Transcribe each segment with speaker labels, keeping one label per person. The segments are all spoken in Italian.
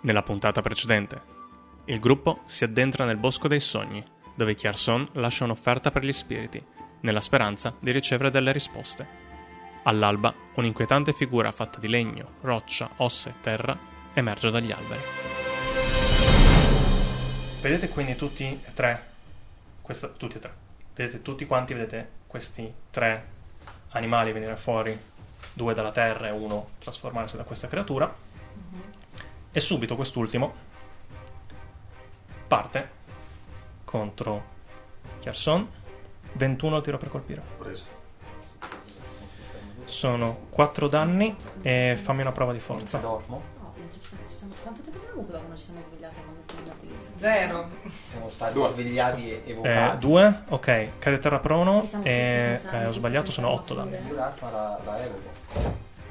Speaker 1: Nella puntata precedente, il gruppo si addentra nel bosco dei sogni, dove Chiarson lascia un'offerta per gli spiriti, nella speranza di ricevere delle risposte. All'alba, un'inquietante figura fatta di legno, roccia, ossa e terra emerge dagli alberi. Vedete quindi tutti e tre, questa- tutti e tre, vedete tutti quanti, vedete questi tre animali venire fuori, due dalla terra e uno trasformarsi da questa creatura, e subito quest'ultimo parte contro Chiarson, 21 al tiro per colpire. Sono 4 danni e fammi una prova di forza.
Speaker 2: Dormo.
Speaker 3: No, mentre ci siamo- ci siamo- Quanto tempo abbiamo avuto da quando ci siamo svegliati a quando siamo andati lì? Scusa.
Speaker 4: Zero.
Speaker 2: Siamo stati
Speaker 5: Due.
Speaker 2: svegliati e
Speaker 1: Eh,
Speaker 2: evocati.
Speaker 1: 2, ok, cade a terra prono
Speaker 3: Perché siamo tutti
Speaker 1: e
Speaker 3: senza-
Speaker 1: eh, ho
Speaker 3: tutti
Speaker 1: sbagliato,
Speaker 3: senza
Speaker 1: sono 8 danni.
Speaker 3: armature.
Speaker 2: Io l'arma la, la evoco.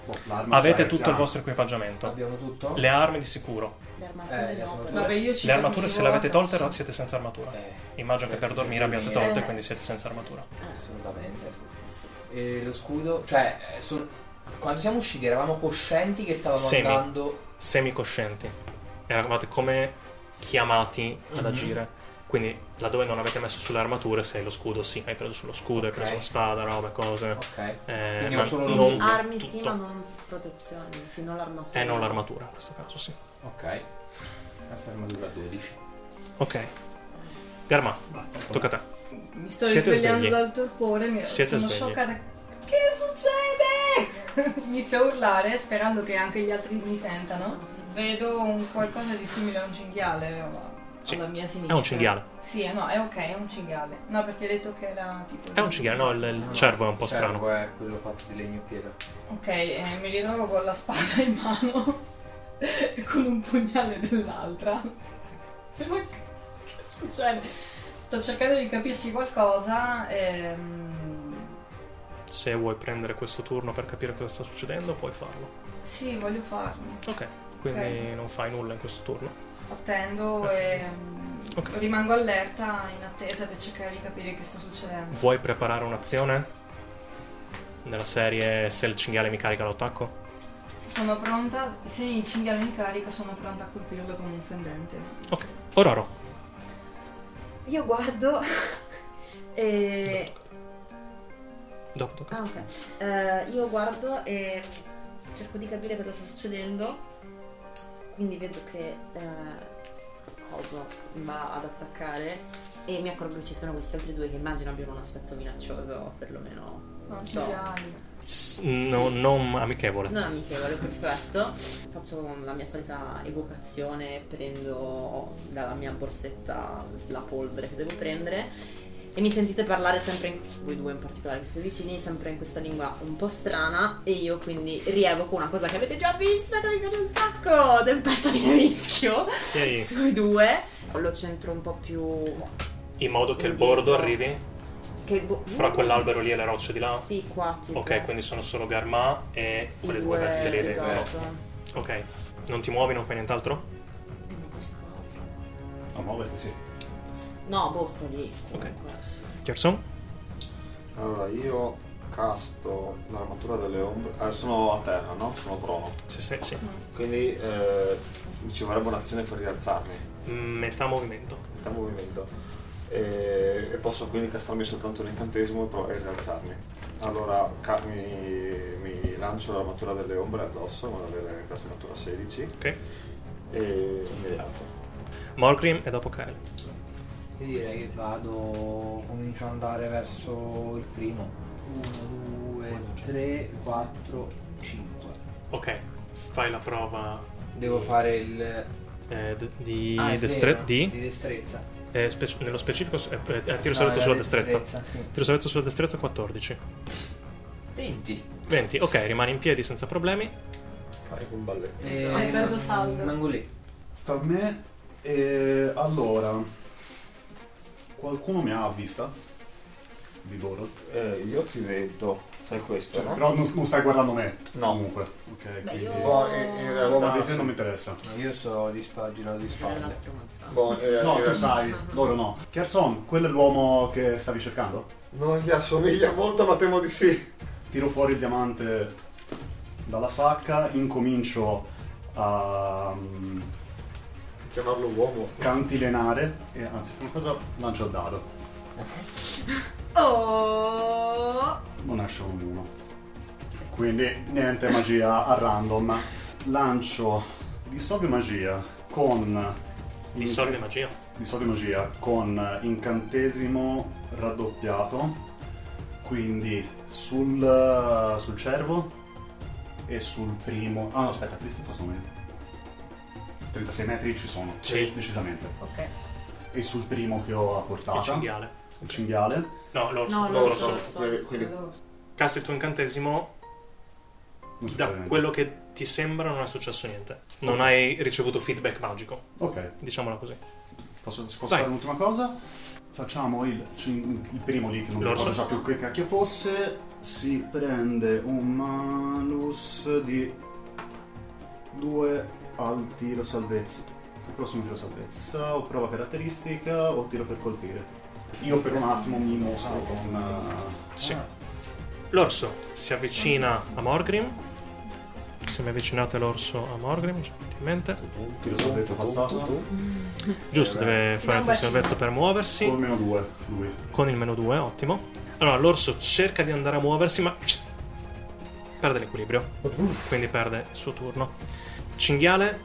Speaker 5: Boh, l'arma
Speaker 1: Avete
Speaker 5: sarà
Speaker 1: tutto il
Speaker 5: chiara.
Speaker 1: vostro equipaggiamento,
Speaker 2: Abbiamo tutto?
Speaker 1: le armi di sicuro.
Speaker 3: Le
Speaker 2: Eh,
Speaker 3: armature
Speaker 2: le
Speaker 3: no,
Speaker 2: armature.
Speaker 3: però-
Speaker 4: Vabbè, io ci
Speaker 1: Le armature
Speaker 4: dormivo
Speaker 1: se le avete
Speaker 4: addosso.
Speaker 1: tolte ero- siete senza armatura.
Speaker 2: Eh,
Speaker 1: Immagino che per dormire abbiate tolte, quindi siete senza armatura.
Speaker 2: assolutamente.
Speaker 3: Eh, Sì.
Speaker 2: E lo scudo, cioè, eh, son- quando siamo usciti eravamo coscienti che stavamo
Speaker 1: Semi.
Speaker 2: andando.
Speaker 1: semicoscienti. Eravate come chiamati ad
Speaker 2: Mhm.
Speaker 1: agire. Quindi laddove non avete messo sulle armature, se hai lo scudo, sì, hai preso sullo scudo, hai
Speaker 2: Ok.
Speaker 1: preso la spada, robe, cose.
Speaker 2: Ok.
Speaker 1: Eh,
Speaker 2: Quindi ho
Speaker 1: ma
Speaker 2: solo lo
Speaker 1: non
Speaker 2: scudo.
Speaker 3: Armi sì,
Speaker 1: tutto.
Speaker 3: ma non protezioni, sì, non l'armatura.
Speaker 1: Eh, non l'armatura in questo caso, sì.
Speaker 2: Ok. Questa armatura 12.
Speaker 1: Ok. Garma, tocca a te.
Speaker 4: Mi sto
Speaker 1: Siete
Speaker 4: risvegliando
Speaker 1: svegli.
Speaker 4: dal torpore, mi
Speaker 1: Siete
Speaker 4: sono
Speaker 1: svegli.
Speaker 4: scioccata. Che succede? Inizio a urlare sperando che anche gli altri mi sentano. Vedo un qualcosa di simile a un cinghiale eh, alla,
Speaker 1: Sì,
Speaker 4: alla mia sinistra.
Speaker 1: È un cinghiale.
Speaker 4: Sì, eh, no, è ok, è un cinghiale. No, perché hai detto che era tipo...
Speaker 1: È un cinghiale, no, il, il
Speaker 2: No, no,
Speaker 1: cervo è un po'
Speaker 2: il cervo
Speaker 1: strano.
Speaker 2: è quello fatto di legno e pietra.
Speaker 4: Ok, eh, mi ritrovo con la spada in mano e con un pugnale dell'altra. Cioè, ma che che succede? Sto cercando di capirci qualcosa. Ehm...
Speaker 1: Se vuoi prendere questo turno per capire cosa sta succedendo, puoi farlo.
Speaker 4: Sì, voglio farlo.
Speaker 1: Ok. Quindi non fai nulla in questo turno.
Speaker 4: Attendo e mm,
Speaker 1: Ok.
Speaker 4: rimango allerta in attesa per cercare di capire che sta succedendo.
Speaker 1: Vuoi preparare un'azione? Nella serie se il cinghiale mi carica lo attacco?
Speaker 4: Sono pronta, se il cinghiale mi carica sono pronta a colpirlo con un fendente.
Speaker 1: Ororo,
Speaker 3: Io guardo e...
Speaker 1: dopo tocca.
Speaker 3: Ah, ok. Eh, io guardo e cerco di capire cosa sta succedendo. Quindi vedo che eh, Coso va ad attaccare e mi accorgo che ci sono questi altri due che immagino abbiano un aspetto minaccioso o perlomeno
Speaker 4: No,
Speaker 3: So.
Speaker 4: cinghiali.
Speaker 1: S- no, non amichevole.
Speaker 3: non amichevole, perfetto. Faccio la mia solita evocazione, prendo dalla mia borsetta la polvere che devo prendere e mi sentite parlare sempre, in, voi due in particolare che siete vicini, sempre in questa lingua un po' strana e io quindi rievoco una cosa che avete già visto, che mi piace un sacco, tempesta di nevischio
Speaker 1: Sì,
Speaker 3: sui due. Lo centro un po' più...
Speaker 1: in modo che il
Speaker 3: Indietro.
Speaker 1: bordo arrivi
Speaker 3: Che bo-
Speaker 1: fra quell'albero lì e le rocce di là.
Speaker 3: Sì, qua tipo.
Speaker 1: Ok, quindi sono solo Garma e
Speaker 3: I
Speaker 1: quelle due bestie lì dentro.
Speaker 3: esatto.
Speaker 1: Ok, non ti muovi, non fai nient'altro?
Speaker 3: E non posso fare altro.
Speaker 5: A muoverti, sì.
Speaker 3: No, posto lì.
Speaker 1: Ok.
Speaker 3: Comunque, sì.
Speaker 1: Gerson?
Speaker 5: Allora, io casto l'armatura delle ombre. eh, sono a terra, no? Sono prono.
Speaker 1: Sì, sì, sì.
Speaker 5: Quindi eh, mi ci vorrebbe un'azione per rialzarmi.
Speaker 1: Metà movimento.
Speaker 5: Da movimento. E, e posso quindi castarmi soltanto un incantesimo e, pro- e rialzarmi. Allora, ca- mi, mi lancio l'armatura delle ombre addosso, vado ad avere questa armatura 16
Speaker 1: Ok.
Speaker 5: e mi rialzo.
Speaker 1: Morgrim e dopo Kyle.
Speaker 2: Io direi che vado, comincio ad andare verso il primo. 1, 2, 3, 4, 5.
Speaker 1: Ok, fai la prova
Speaker 2: Devo fare il...
Speaker 1: eh, d- di
Speaker 2: Ah, è
Speaker 1: destre-
Speaker 2: vero,
Speaker 1: di-
Speaker 2: destrezza.
Speaker 1: eh, spec- nello specifico s- eh, eh, tiro
Speaker 2: No,
Speaker 1: salvezza
Speaker 6: Ah,
Speaker 2: era
Speaker 1: sulla destrezza.
Speaker 2: sì.
Speaker 1: Tiro salvezza sulla destrezza 14.
Speaker 2: 20.
Speaker 1: 20, ok, rimani in piedi senza problemi.
Speaker 5: Fai un balletto.
Speaker 2: Eh,
Speaker 4: Fai bello saldo.
Speaker 6: mm,
Speaker 2: Rimango lì.
Speaker 5: Sta a me. E allora, qualcuno mi ha vista? Di loro?
Speaker 7: Eh, io ti vedo, sai questo, no?
Speaker 5: Però non, non stai guardando me.
Speaker 7: No.
Speaker 5: Comunque.
Speaker 3: Beh,
Speaker 5: Ok, quindi.
Speaker 3: io-
Speaker 5: Boh,
Speaker 7: Boh, in, in realtà...
Speaker 5: ma a te non mi interessa.
Speaker 2: Io sto di spa- girato di
Speaker 3: C'era la
Speaker 2: spalle.
Speaker 3: stronza.
Speaker 7: Boh, in realtà-
Speaker 5: No, tu sai, loro no. Kerson, quello è l'uomo che stavi cercando?
Speaker 7: Non gli assomiglia molto, ma temo di sì.
Speaker 5: Tiro fuori il diamante dalla sacca, incomincio a, mm, chiamarlo uomo.
Speaker 8: Cantilenare. E, anzi, prima cosa lancio il dado.
Speaker 3: Oh!
Speaker 8: Non esce un uno. Quindi niente magia a random. Lancio dissolvi magia con.
Speaker 5: Mm.
Speaker 1: Dissolvi magia.
Speaker 8: Dissolvi magia con incantesimo raddoppiato. Quindi sul, sul cervo e sul primo. Ah no, aspetta, che distanza sono io? 36 metri ci sono.
Speaker 1: Sì.
Speaker 8: Decisamente.
Speaker 3: Ok.
Speaker 8: E sul primo che ho a
Speaker 1: Il
Speaker 8: portata.
Speaker 1: cinghiale.
Speaker 8: Il cinghiale.
Speaker 1: No, l'orso.
Speaker 3: No,
Speaker 5: loro
Speaker 3: l'orso,
Speaker 5: sono
Speaker 3: l'orso.
Speaker 5: quelli- quelli-
Speaker 1: Cassa il tuo incantesimo
Speaker 8: Non succede
Speaker 1: Da
Speaker 5: Cioè,
Speaker 8: niente.
Speaker 1: quello che ti sembra non è successo niente. Non
Speaker 8: Ok.
Speaker 1: hai ricevuto feedback magico,
Speaker 8: Ok,
Speaker 1: diciamola così.
Speaker 8: posso, posso
Speaker 1: Vai.
Speaker 8: fare un'ultima cosa? Facciamo il, cin- il primo lì che non mi
Speaker 1: L'orso.
Speaker 8: ricordo già più che cacchio fosse. Si prende un malus di 2 al tiro salvezza. Il prossimo tiro salvezza, o prova caratteristica o tiro per colpire. Io per un attimo mi mostro con. eh,
Speaker 1: Sì. L'orso si avvicina a Morgrim. Se mi avvicinate l'orso a Morgrim, gentilmente.
Speaker 8: tiro salvezza passato.
Speaker 1: Giusto,
Speaker 5: Eh, beh.
Speaker 1: deve fare
Speaker 4: Non
Speaker 1: il tuo
Speaker 4: baci-
Speaker 1: salvezza per muoversi.
Speaker 8: Con meno 2 lui.
Speaker 1: Con il meno 2, ottimo. Allora, l'orso cerca di andare a muoversi, ma perde l'equilibrio. Quindi perde il suo turno. Cinghiale,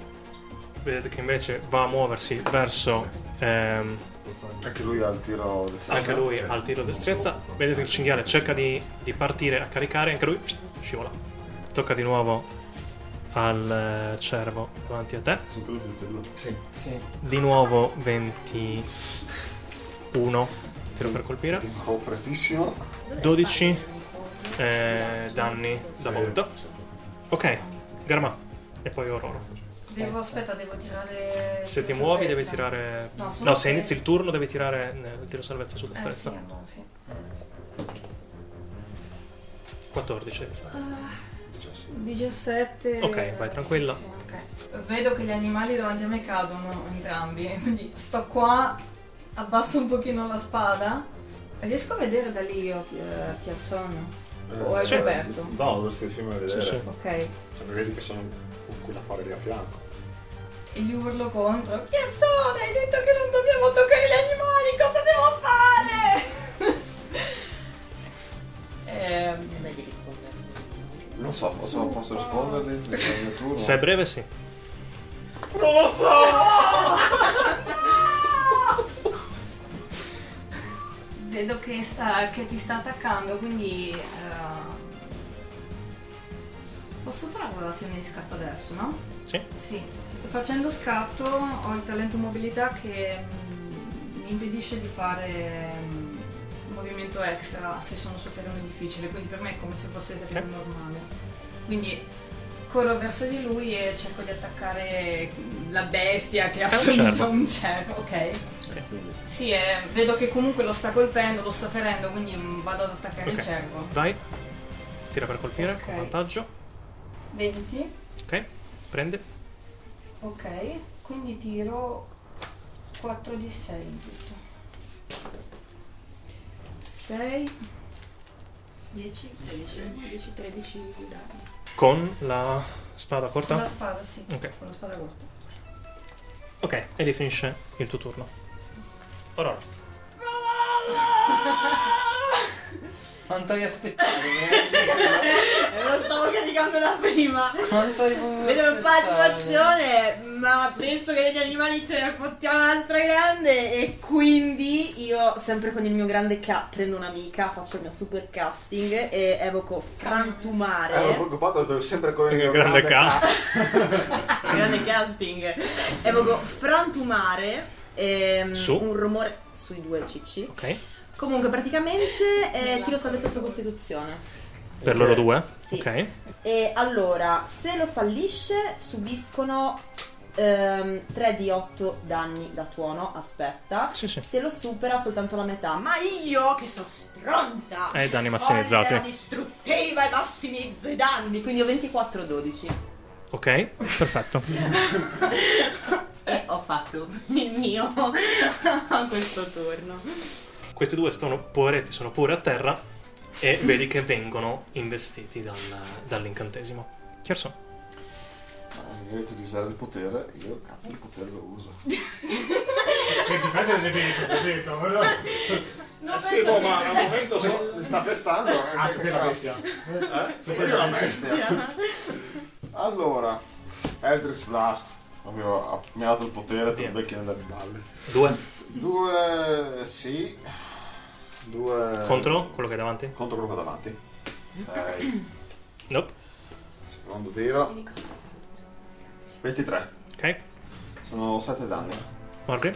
Speaker 1: vedete che invece va a muoversi verso ehm,
Speaker 5: Anche lui ha il tiro di strada.
Speaker 1: anche lui al tiro destrezza. Vedete che il cinghiale cerca di, di partire a caricare, anche lui scivola. Tocca di nuovo al eh, cervo davanti a te.
Speaker 8: Sono tutti e due.
Speaker 5: Sì.
Speaker 2: Sì.
Speaker 1: Di nuovo 21. Tiro per colpire.
Speaker 5: Dico prestissimo.
Speaker 1: 12 eh, danni da volta. Ok, Garma. E poi Aurora.
Speaker 4: Devo, aspetta, devo tirare...
Speaker 1: Se ti
Speaker 4: sulla
Speaker 1: muovi devi
Speaker 4: salvezza.
Speaker 1: tirare...
Speaker 4: No, solo
Speaker 1: No, se
Speaker 4: se-
Speaker 1: inizi il turno devi tirare eh, il tiro salvezza su
Speaker 4: Eh sì,
Speaker 1: destrezza.
Speaker 4: allora sì.
Speaker 1: 14.
Speaker 4: 17.
Speaker 1: Ok, vai tranquilla.
Speaker 4: Sì, ok. Vedo che gli animali davanti a me cadono entrambi, quindi sto qua, abbasso un pochino la spada. Riesco a vedere da lì io eh, chi sono? O Oh, è
Speaker 5: Sì.
Speaker 4: coperto?
Speaker 5: Eh, No, dovresti riuscire a vedere.
Speaker 1: Sì, sì.
Speaker 4: Ok. E
Speaker 5: Cioè, mi vedi che sono con quella fare lì a fianco.
Speaker 4: gli urlo contro. Chi sono? Hai detto che non dobbiamo toccare gli animali, cosa devo fare? Ehm,
Speaker 3: E beh, di rispondere.
Speaker 7: Non so, posso, posso risponderle? Il mio turno?
Speaker 1: Se è breve sì.
Speaker 4: Vedo che, sta, che ti sta attaccando, quindi... eh, posso fare l'azione di scatto adesso, no?
Speaker 1: Sì.
Speaker 4: Sì. Sto facendo scatto, ho il talento mobilità che mm, mi impedisce di fare mm, un movimento extra se sono su terreno difficile, quindi per me è come se fosse terreno normale. Quindi corro verso di lui e cerco di attaccare la bestia che
Speaker 1: un
Speaker 4: assomiglia
Speaker 1: cervo.
Speaker 4: a un cervo, ok?
Speaker 7: Quindi,
Speaker 4: Sì, eh, vedo che comunque lo sta colpendo, lo sta ferendo, quindi mm, vado ad attaccare
Speaker 1: Ok.
Speaker 4: il cervo.
Speaker 1: Vai. Tira per colpire, con
Speaker 4: Ok.
Speaker 1: vantaggio.
Speaker 4: 20,
Speaker 1: Ok. Prende.
Speaker 4: ok, quindi tiro 4 di 6 in tutto. 6,
Speaker 3: 10, 13, 11, 13 danni.
Speaker 1: Con la spada
Speaker 4: con la
Speaker 1: corta.
Speaker 4: spada, sì,
Speaker 1: Ok.
Speaker 4: con la spada corta.
Speaker 1: Ok, e lì finisce il tuo turno. Aurora.
Speaker 2: Quanto vi aspettavo? veramente?
Speaker 3: Eh, lo stavo caricando da prima.
Speaker 2: Quanto vi potevo
Speaker 3: Vedo un po' la
Speaker 2: aspettare?
Speaker 3: situazione, ma penso che degli animali ce ne fottiamo una stragrande e quindi io sempre con il mio grande K prendo un'amica, faccio il mio super casting e evoco
Speaker 4: eh?
Speaker 5: Ero
Speaker 3: frantumare.
Speaker 5: preoccupato, devo Eh, sempre correre
Speaker 1: Il
Speaker 5: con
Speaker 1: grande
Speaker 3: grande casting. Evoco frantumare ehm,
Speaker 1: Su?
Speaker 3: un rumore sui due cicci.
Speaker 1: Ok.
Speaker 3: Comunque praticamente eh,
Speaker 4: Nell'acqua.
Speaker 3: tiro salvezza su costituzione.
Speaker 1: Per loro due.
Speaker 3: Sì.
Speaker 1: Ok.
Speaker 3: E allora, se lo fallisce, subiscono ehm, 3 di 8 danni da tuono. Aspetta.
Speaker 1: Sì, sì.
Speaker 3: Se lo supera, soltanto la metà. Ma io, che sono stronza,
Speaker 1: E i danni
Speaker 3: la
Speaker 1: massimizzati.
Speaker 3: distruttiva e massimizzo i danni. Quindi ho 24-12.
Speaker 1: Ok, perfetto.
Speaker 3: E ho fatto il mio a questo turno.
Speaker 1: Questi due sono poveretti, sono pure a terra e vedi che vengono investiti dal- dall'incantesimo. Chiarso.
Speaker 7: ah, mi avete di usare il potere, io cazzo il potere lo uso.
Speaker 9: Cioè, prendere le pesi, ho detto, però...
Speaker 4: Non
Speaker 5: Eh
Speaker 4: penso
Speaker 5: sì, boh,
Speaker 4: che-
Speaker 5: ma al momento so, sta pestando. eh,
Speaker 9: Ah,
Speaker 5: che
Speaker 9: siete la
Speaker 5: cazzo.
Speaker 9: bestia.
Speaker 5: Eh?
Speaker 9: Siete
Speaker 5: Io
Speaker 9: la
Speaker 5: la
Speaker 9: bestia.
Speaker 5: bestia. Allora, Eldritch Blast. Mi ha, mi ha dato il potere, te
Speaker 1: Via.
Speaker 5: lo becchi nelle balle.
Speaker 1: Due.
Speaker 5: Due, sì.
Speaker 9: Eh.
Speaker 5: Due...
Speaker 1: Contro quello che è davanti?
Speaker 5: Contro quello che ho davanti. Sei.
Speaker 1: Nope.
Speaker 5: Secondo tiro. 23.
Speaker 1: Ok.
Speaker 5: Sono 7 danni.
Speaker 1: Morgan,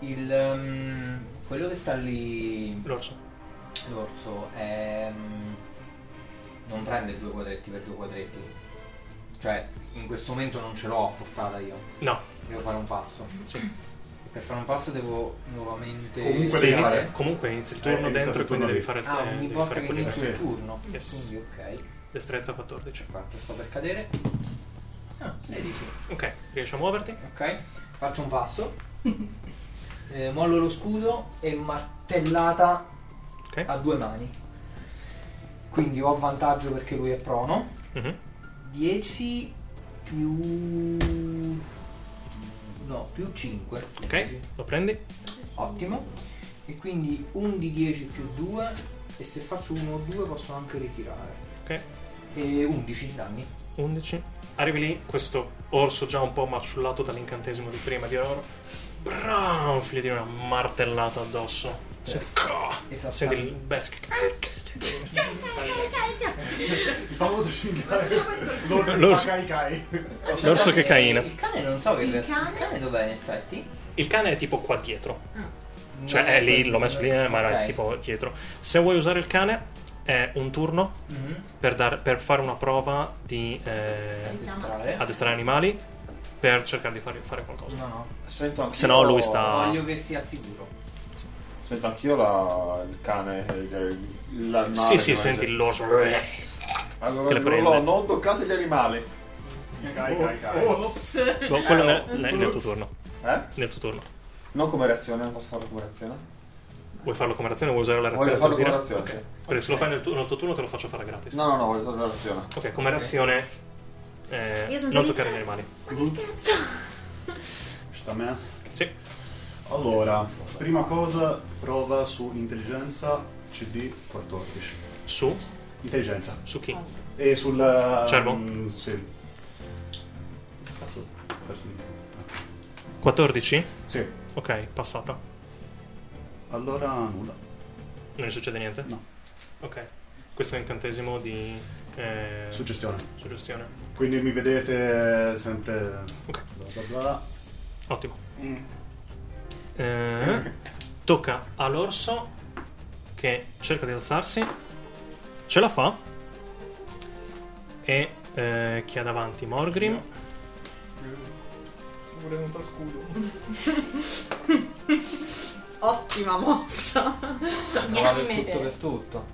Speaker 6: Il, ehm, quello che sta lì,
Speaker 1: l'orso.
Speaker 6: l'orso, è, ehm, non prende due quadretti per due quadretti. Cioè, in questo momento non ce l'ho a portata io.
Speaker 1: No.
Speaker 6: Devo fare un passo.
Speaker 1: Sì.
Speaker 6: Per fare un passo devo nuovamente...
Speaker 9: Comunque
Speaker 1: Se
Speaker 9: devi
Speaker 6: tirare.
Speaker 1: inizi- comunque inizia il
Speaker 9: Eh,
Speaker 1: turno
Speaker 9: inizia il
Speaker 1: dentro e
Speaker 9: turno
Speaker 1: quindi devi
Speaker 9: lì.
Speaker 1: fare,
Speaker 6: Ah,
Speaker 1: eh,
Speaker 6: ogni
Speaker 1: devi
Speaker 6: volta
Speaker 1: fare
Speaker 6: che
Speaker 1: quelli.
Speaker 6: inizio
Speaker 9: sì.
Speaker 6: il turno.
Speaker 1: Yes.
Speaker 6: Quindi ok.
Speaker 1: Destrezza 14.
Speaker 6: Guarda, sto per cadere. Ah, 16.
Speaker 1: Ok, riesci a muoverti?
Speaker 6: Ok, faccio un passo. Eh, mollo lo scudo e martellata
Speaker 1: Ok.
Speaker 9: Ah.
Speaker 6: a due mani. Quindi ho vantaggio perché lui è prono.
Speaker 1: Mhm.
Speaker 6: 10 più... No, più 5.
Speaker 1: Ok, lo prendi.
Speaker 6: Ottimo. E quindi 1 di 10 più 2. E se faccio 1 o 2 posso anche ritirare.
Speaker 1: Ok,
Speaker 6: E 11 danni.
Speaker 1: 11. Arrivi lì, questo orso già un po' maciullato dall'incantesimo di prima di oro. Bram! Fili di una martellata addosso. Senti, Ca!
Speaker 6: Esattamente.
Speaker 1: Senti il besco.
Speaker 9: Il famoso Shinkai. L'orso
Speaker 1: L'orso.
Speaker 9: Kai Kai.
Speaker 1: L'orso
Speaker 6: Il cane-
Speaker 1: che caina.
Speaker 6: Il cane non so che...
Speaker 4: Il
Speaker 6: Il
Speaker 4: cane?
Speaker 6: cane dov'è in effetti?
Speaker 1: Il cane è tipo qua dietro.
Speaker 6: Non
Speaker 1: Cioè, è lì,
Speaker 6: quello-
Speaker 1: l'ho messo lì, eh, ma era
Speaker 6: Ok.
Speaker 1: tipo dietro. Se vuoi usare il cane, è un turno
Speaker 6: Mhm.
Speaker 1: per, dar- per fare una prova di eh,
Speaker 6: Addestrare.
Speaker 1: addestrare animali per cercare di fare, fare qualcosa.
Speaker 6: No, no.
Speaker 5: Sento anch'io...
Speaker 1: Se no lui sta- Ah.
Speaker 6: Voglio che sia al sicuro.
Speaker 5: Sento anch'io la, il cane, il- il- l'animale.
Speaker 1: Sì, sì,
Speaker 5: che
Speaker 1: senti
Speaker 5: mangia.
Speaker 1: l'orso. che
Speaker 5: Allora,
Speaker 1: le
Speaker 5: Grollo,
Speaker 1: prende.
Speaker 5: non toccate gli animali.
Speaker 9: Kai Kai
Speaker 5: Oh,
Speaker 9: Kai.
Speaker 4: Ops.
Speaker 1: No, Quello nel, nel- nel tuo turno.
Speaker 5: Eh?
Speaker 1: Nel tuo turno.
Speaker 5: Non come reazione, non posso farlo come reazione.
Speaker 1: Vuoi farlo come reazione o vuoi usare la reazione?
Speaker 5: Voglio farlo
Speaker 1: per
Speaker 5: come
Speaker 1: dire?
Speaker 5: reazione.
Speaker 1: Ok. Perché se lo fai nel, tu- nel tuo turno te lo faccio fare gratis.
Speaker 5: No, no, no, voglio farlo reazione.
Speaker 1: Ok, come reazione eh,
Speaker 3: Io sono
Speaker 1: non
Speaker 3: lì.
Speaker 1: toccare gli animali.
Speaker 8: Sta a me.
Speaker 1: Sì.
Speaker 8: Allora, prima cosa, prova su intelligenza CD 14.
Speaker 1: Su?
Speaker 8: Intelligenza.
Speaker 1: Su chi?
Speaker 8: E sul... eh,
Speaker 1: Cervo?
Speaker 8: mm, sì. Cazzo, ho perso di
Speaker 1: 14?
Speaker 8: Sì.
Speaker 1: Ok, passata.
Speaker 8: Allora, nulla.
Speaker 1: Non gli succede niente?
Speaker 8: No.
Speaker 1: Ok. Questo è un incantesimo di... Eh,
Speaker 8: Suggestione.
Speaker 1: suggestione.
Speaker 8: Quindi mi vedete sempre...
Speaker 1: Ok.
Speaker 8: Bla bla bla.
Speaker 1: Ottimo. Eh, tocca all'orso che cerca di alzarsi. Ce la fa. E eh, chi ha davanti? Morgrim.
Speaker 9: Volevo un scudo.
Speaker 3: Ottima mossa.
Speaker 6: Non vale il tutto
Speaker 4: Niente.
Speaker 6: per tutto.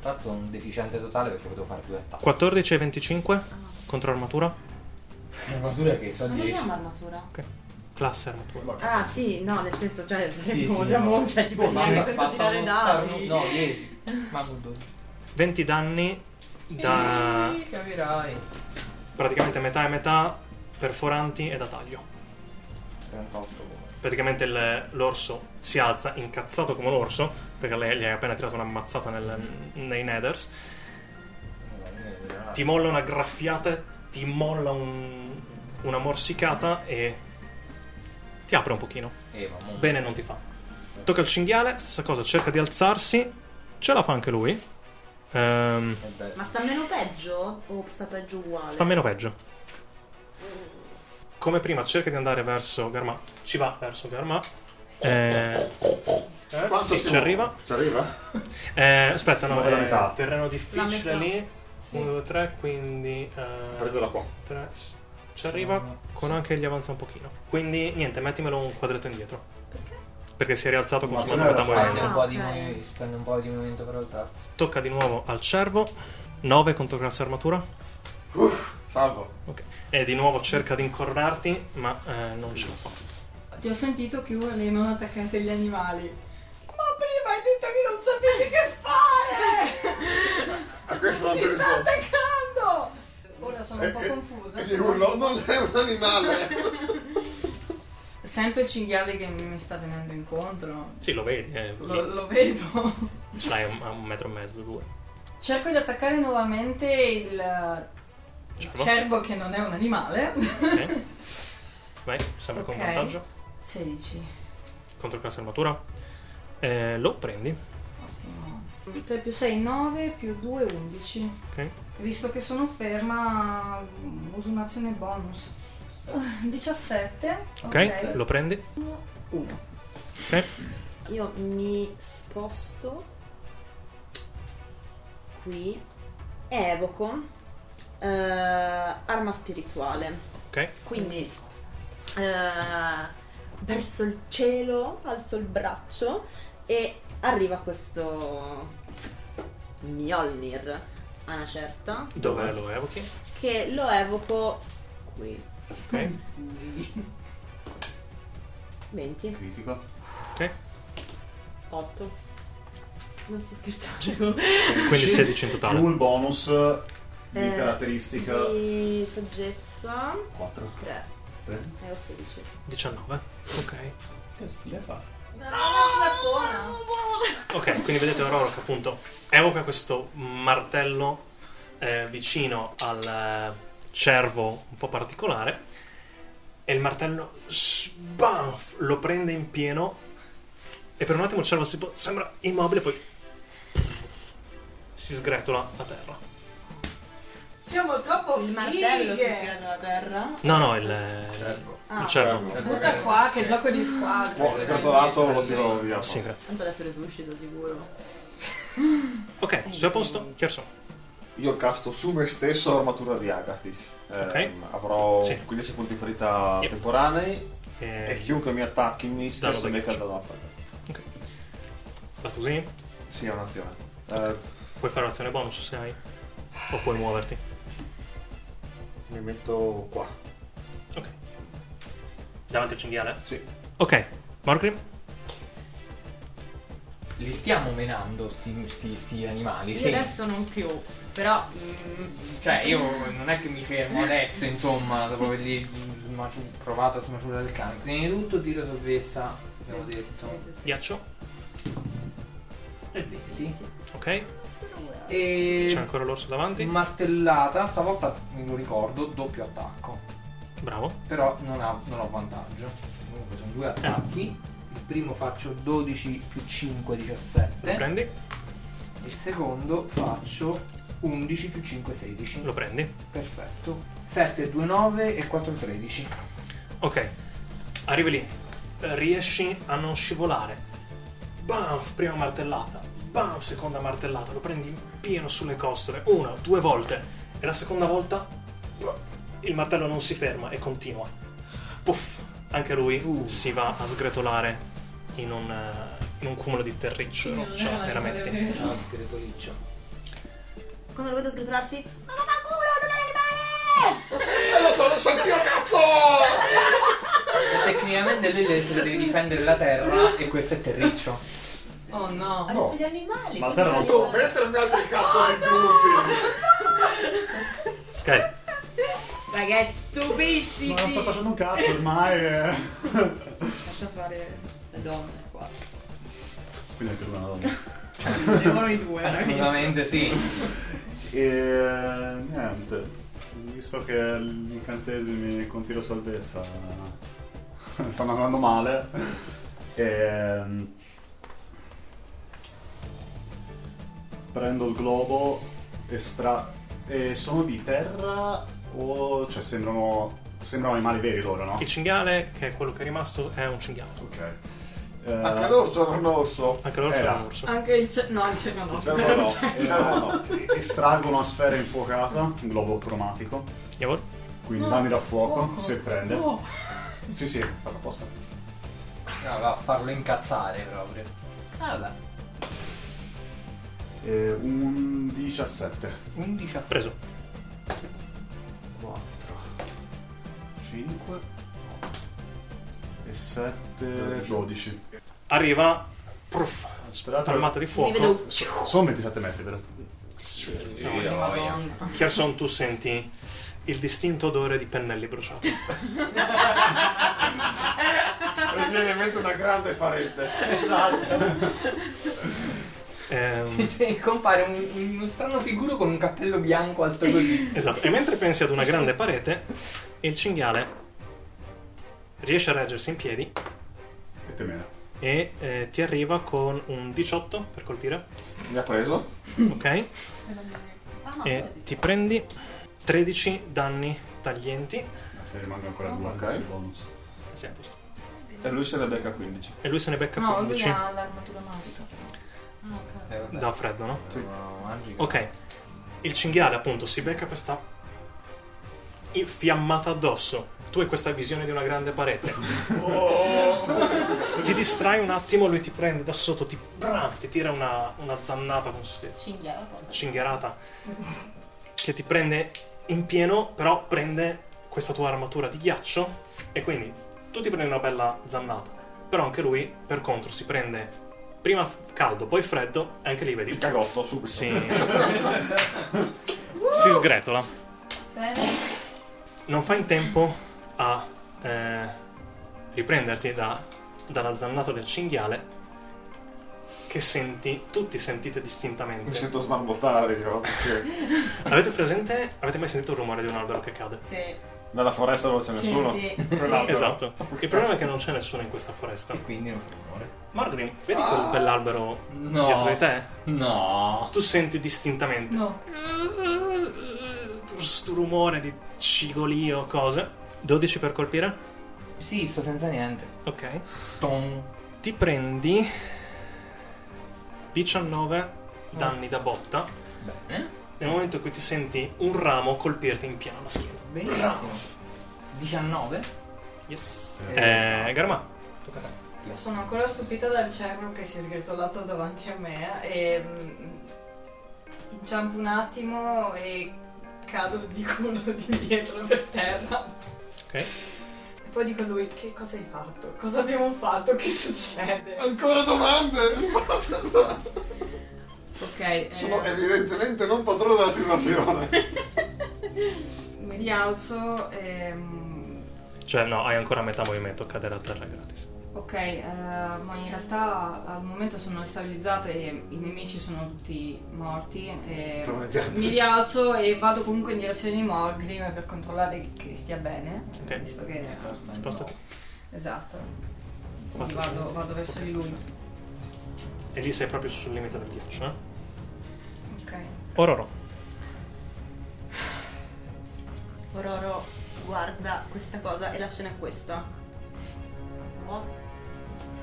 Speaker 6: Tra l'altro sono un deficiente totale perché potevo fare due attacchi.
Speaker 1: 14 e 25 contro armatura.
Speaker 6: L'armatura è che so
Speaker 4: Non
Speaker 6: 10.
Speaker 4: abbiamo armatura.
Speaker 1: Classe armatura.
Speaker 3: Ah sì, no, nel senso, cioè,
Speaker 6: sì,
Speaker 3: sarebbe cosa
Speaker 6: no.
Speaker 3: mo, cioè, tipo,
Speaker 6: Ma
Speaker 3: niente, senza
Speaker 6: basta
Speaker 3: tirare
Speaker 6: uno
Speaker 3: dati.
Speaker 6: starnu- No, 10. Manco 12.
Speaker 1: 20 danni da
Speaker 6: Sì, Capirai.
Speaker 1: praticamente metà e metà perforanti e da taglio.
Speaker 6: 38.
Speaker 1: Praticamente il- l'orso si alza incazzato come un orso perché lei gli hai appena tirato una mazzata nel- nei nethers. Ti molla una graffiata, ti molla un- una morsicata e ti apre un pochino.
Speaker 6: Eh, ma mo-
Speaker 1: Bene non ti fa. Tocca il cinghiale, stessa cosa, cerca di alzarsi. Ce la fa anche lui. Ehm,
Speaker 6: è bello.
Speaker 3: Ma sta meno peggio? O sta peggio uguale?
Speaker 1: Sta meno peggio. Come prima cerca di andare verso Garma. Ci va verso Garma. Eh, eh, sì,
Speaker 5: si
Speaker 1: ci
Speaker 5: muove?
Speaker 1: arriva.
Speaker 5: Ci arriva?
Speaker 1: Eh, aspetta, no,
Speaker 8: Muove la
Speaker 1: è
Speaker 8: metà.
Speaker 1: terreno
Speaker 3: La
Speaker 1: difficile
Speaker 3: metà.
Speaker 1: lì.
Speaker 6: Sì.
Speaker 1: 1, 2, 3, quindi... eh,
Speaker 5: Prendola qua.
Speaker 1: tre. Ci arriva con anche gli avanza un pochino. Quindi niente, mettimelo un quadretto indietro. Perché si è rialzato con
Speaker 8: Ma
Speaker 1: solo
Speaker 8: se no
Speaker 1: metà
Speaker 8: era
Speaker 1: movimento.
Speaker 6: Spende un po' di
Speaker 3: Ah, ok.
Speaker 6: movimento- spende un po' di movimento per alzarsi.
Speaker 1: Tocca di nuovo al cervo. 9 contro classe armatura.
Speaker 5: Salvo.
Speaker 1: Ok. E di nuovo cerca di incornarti, ma eh, non ce la fa.
Speaker 4: Ti ho sentito che uno lei non attaccate gli animali. Ma prima hai detto che non sapevi che fare!
Speaker 5: A questo non ti
Speaker 4: Ti sta
Speaker 5: rispondo.
Speaker 4: attaccando! Ora sono un po'
Speaker 5: Eh, eh,
Speaker 4: confusa.
Speaker 5: E gli urlo, non è un animale.
Speaker 4: Sento il cinghiale che mi sta venendo incontro.
Speaker 1: Sì, lo vedi, eh,
Speaker 4: Lo,
Speaker 1: lì.
Speaker 4: lo vedo.
Speaker 1: Ce l'hai a un, a un metro e mezzo, due.
Speaker 4: Cerco di attaccare nuovamente il eh,
Speaker 1: Cervo.
Speaker 4: cervo che non è un animale.
Speaker 1: Ok. Vai, sempre con
Speaker 4: Ok.
Speaker 1: vantaggio.
Speaker 4: 16.
Speaker 1: Contro classe armatura. Eh, lo prendi.
Speaker 4: Ottimo. 3 più 6, 9 più 2, 11.
Speaker 1: Ok.
Speaker 4: Visto che sono ferma, uso un'azione bonus. 17.
Speaker 1: Ok, lo prendi.
Speaker 3: Uno.
Speaker 1: Ok.
Speaker 3: Io mi sposto qui e evoco eh, arma spirituale.
Speaker 1: Ok.
Speaker 3: Quindi eh, verso il cielo alzo il braccio e arriva questo Mjolnir a una certa
Speaker 1: Dove lo evochi?
Speaker 3: che lo evoco qui.
Speaker 1: Ok.
Speaker 3: 20,
Speaker 8: Critica.
Speaker 1: Ok.
Speaker 3: 8. Non sto scherzando.
Speaker 1: Quindi 16 in
Speaker 8: Più
Speaker 1: totale.
Speaker 8: il bonus di
Speaker 3: Eh,
Speaker 8: caratteristica
Speaker 3: Di saggezza
Speaker 8: 4.
Speaker 3: 3
Speaker 8: 3.
Speaker 3: e ho 16.
Speaker 1: 19. Ok.
Speaker 8: Che stile fa?
Speaker 1: Ok, quindi vedete Aurora che appunto evoca questo martello eh, vicino al eh, cervo un po' particolare e il martello sbanf, lo prende in pieno e per un attimo il cervo si po- sembra immobile poi si sgretola a terra.
Speaker 4: Siamo troppo
Speaker 3: Il martello si
Speaker 4: fighe. Ah.
Speaker 3: tira dalla terra.
Speaker 1: No, no, il,
Speaker 7: Cervo.
Speaker 1: il cervo.
Speaker 6: Ecco
Speaker 4: Butta qua che gioco di squadra.
Speaker 8: Oh,
Speaker 5: Boh, scartolato Certo. lo tiro via.
Speaker 1: eh, Sì, grazie.
Speaker 3: Tanto adesso resuscito sicuro.
Speaker 1: Ok, sei a posto? Chiarson.
Speaker 5: Io casto su me stesso armatura di Agathis. Ehm, Avrò
Speaker 1: Sì.
Speaker 5: 15 punti di ferita
Speaker 1: Yep.
Speaker 5: temporanei e
Speaker 1: Eh,
Speaker 5: chiunque mi attacchi mi
Speaker 1: Danno
Speaker 5: stesso
Speaker 1: da
Speaker 5: becca
Speaker 1: ghiaccio.
Speaker 5: da un'attacco.
Speaker 1: ok. Basta così?
Speaker 5: Sì, è un'azione. Eh,
Speaker 1: Puoi fare un'azione bonus se hai. O puoi muoverti.
Speaker 5: mi metto qua.
Speaker 1: Ok. Davanti al cinghiale?
Speaker 5: Sì.
Speaker 1: Ok, Morgrim.
Speaker 6: Li stiamo menando sti, sti- sti animali,
Speaker 3: Io
Speaker 6: sì.
Speaker 3: adesso non più, però mm,
Speaker 6: Cioè, io non è che mi fermo adesso, insomma, dopo averli smaciu- provato a smaciullare il cane. Prima di tutto tiro salvezza, abbiamo detto.
Speaker 1: Ghiaccio.
Speaker 6: E 20.
Speaker 1: Ok. C'è
Speaker 6: E
Speaker 1: ancora l'orso davanti.
Speaker 6: martellata, stavolta me lo ricordo, doppio attacco.
Speaker 1: Bravo.
Speaker 6: Però non, ha- non ho vantaggio. Comunque sono due attacchi. Il primo faccio 12 più 5, 17.
Speaker 1: Lo prendi.
Speaker 6: Il secondo faccio 11 più 5, 16.
Speaker 1: Lo prendi.
Speaker 6: Perfetto. 7, 2, 9 e 4, 13.
Speaker 1: Ok. Arrivi lì. Riesci a non scivolare. Banf, prima martellata. Banf, seconda martellata. Lo prendi in pieno sulle costole. Una, due volte. E la seconda volta il martello non si ferma e continua. Puff, anche lui
Speaker 4: Uh.
Speaker 1: si va a sgretolare in un, eh, in un cumulo di terriccio
Speaker 4: Non
Speaker 1: roccia,
Speaker 4: era
Speaker 1: cioè, veramente.
Speaker 4: vero.
Speaker 6: Ciao, scherzoliccio.
Speaker 3: quando lo vedo sgretolarsi, ma non fa
Speaker 8: Ah,
Speaker 3: culo, non è animale!
Speaker 5: E Eh, lo so, lo so anch'io, cazzo!
Speaker 6: Tecnicamente lui deve, deve difendere la terra e questo è terriccio.
Speaker 4: Oh no.
Speaker 3: Ha
Speaker 8: No.
Speaker 3: detto gli animali.
Speaker 8: Ma
Speaker 3: quindi
Speaker 8: terra non
Speaker 3: gli
Speaker 8: so,
Speaker 5: Non
Speaker 3: animali.
Speaker 5: mettermi altri cazzo di gruppi!
Speaker 1: Ok.
Speaker 3: Raga, stupisci!
Speaker 8: Ma non sta facendo un cazzo ormai. eh.
Speaker 3: Lascia fare le donne qua.
Speaker 8: Quindi anche lui è una donna.
Speaker 3: Devono i due.
Speaker 6: Assolutamente sì.
Speaker 8: E niente, visto che gli incantesimi con tiro salvezza eh, stanno andando male, ehm, prendo il globo e, stra- e sono di terra o cioè sembrano, sembrano animali veri loro, no?
Speaker 1: Il cinghiale, che è quello che è rimasto, è un cinghiale.
Speaker 8: Ok.
Speaker 5: Anche
Speaker 8: Eh,
Speaker 5: l'orso era un orso.
Speaker 1: Anche loro
Speaker 8: Era.
Speaker 1: sono un orso.
Speaker 4: Anche il cervo. No, il cervo no.
Speaker 5: Diciamo no. Diciamo no.
Speaker 8: eh, estraggo una sfera infuocata, un globo cromatico,
Speaker 1: Yavor?
Speaker 8: quindi
Speaker 4: No,
Speaker 8: dammi da fuoco, se prende.
Speaker 5: Oh.
Speaker 4: No.
Speaker 8: Sì, sì, fatto apposta.
Speaker 6: No, va a farlo incazzare proprio. Ah, vabbè.
Speaker 8: Eh, un 17.
Speaker 6: Un 17.
Speaker 1: Preso.
Speaker 8: 4, 5 e 7, 12.
Speaker 1: Arriva. Prof,
Speaker 8: Sperate
Speaker 1: armata di
Speaker 3: Mi vedo
Speaker 1: fuoco.
Speaker 8: Sono 27 metri, però.
Speaker 1: Chiarson, tu senti il distinto odore di pennelli bruciati.
Speaker 5: viene in mente una grande parete.
Speaker 1: Ehm,
Speaker 6: E compare un- uno strano figuro con un cappello bianco alto così.
Speaker 1: esatto. E mentre pensi ad una grande parete, il cinghiale riesce a reggersi in piedi
Speaker 8: E temera.
Speaker 1: e eh, ti arriva con un 18 per colpire.
Speaker 5: Mi ha preso?
Speaker 1: Ok? E ti prendi 13 danni taglienti.
Speaker 8: Te ne rimangono ancora due.
Speaker 5: Ok.
Speaker 8: il bonus.
Speaker 1: Sì, a posto.
Speaker 5: E lui se ne becca 15.
Speaker 1: E lui se ne becca
Speaker 4: No, lui
Speaker 1: 15
Speaker 4: ha l'armatura magica. Ah, ok.
Speaker 6: Eh, vabbè.
Speaker 1: da freddo, no?
Speaker 6: Sono magico.
Speaker 1: Ok, il cinghiale appunto si becca questa fiammata addosso. Tu hai questa visione di una grande parete. Ti distrai un attimo, lui ti prende da sotto, ti, bram, ti tira una, una zannata con su-
Speaker 4: Cinghiale.
Speaker 1: cinghialata che ti prende in pieno, però prende questa tua armatura di ghiaccio e quindi tu ti prendi una bella zannata. Però anche lui, per contro, si prende prima f- caldo, poi freddo e anche lì vedi
Speaker 5: Il cagotto subito.
Speaker 1: sì. si sgretola.
Speaker 4: Bene.
Speaker 1: Non fa in tempo a eh, riprenderti da- dalla zannata del cinghiale che senti, tutti sentite
Speaker 5: Mi
Speaker 1: distintamente.
Speaker 5: sento smarmottare io. perché
Speaker 1: Avete presente, avete mai sentito il rumore di un albero che cade?
Speaker 4: Sì.
Speaker 5: Dalla foresta non c'è nessuno.
Speaker 4: Sì,
Speaker 5: Quell'albero.
Speaker 1: Esatto. Il problema è che non c'è nessuno in questa foresta.
Speaker 6: E quindi non fa rumore.
Speaker 1: Margrim, vedi
Speaker 4: Ah.
Speaker 1: quel bell'albero
Speaker 6: No.
Speaker 1: dietro di te?
Speaker 6: No.
Speaker 1: Tu senti distintamente
Speaker 4: No.
Speaker 1: questo rumore di cigolio, cose. 12 per colpire?
Speaker 6: Sì, sto senza niente.
Speaker 1: Ok.
Speaker 6: Tom.
Speaker 1: Ti prendi 19 danni da botta
Speaker 6: Bene.
Speaker 1: nel momento in cui ti senti un ramo colpirti in piano la schiena.
Speaker 6: Benissimo. 19.
Speaker 1: Yes.
Speaker 6: Eh,
Speaker 1: Eh, Garma, tocca a te.
Speaker 4: Sono ancora stupita dal cervo che si è sgretolato davanti a me e mm, inciampo un attimo e cado di culo di dietro per terra.
Speaker 1: Ok.
Speaker 4: E poi dico a lui che cosa hai fatto? Cosa abbiamo fatto? Che succede?
Speaker 5: Ancora domande?
Speaker 4: Ok, eh,
Speaker 5: Sono er-, evidentemente non padrone della situazione.
Speaker 4: mi rialzo e... mm,
Speaker 1: Cioè, no, hai ancora metà movimento, cadere a terra gratis.
Speaker 4: Ok, eh, ma in realtà al momento sono stabilizzata e i nemici sono tutti morti. ehm, E
Speaker 5: Dove andiamo?
Speaker 4: mi rialzo e vado comunque in direzione di Morgrim per controllare che stia bene.
Speaker 1: Ok.
Speaker 4: Visto che.
Speaker 1: Spostati.
Speaker 4: Esatto. Quindi
Speaker 1: Quattro.
Speaker 4: vado, vado verso di lui.
Speaker 1: E lì sei proprio sul limite del ghiaccio, eh?
Speaker 4: Ok.
Speaker 1: Ororo.
Speaker 3: Ororo guarda questa cosa e la scena è questa. What?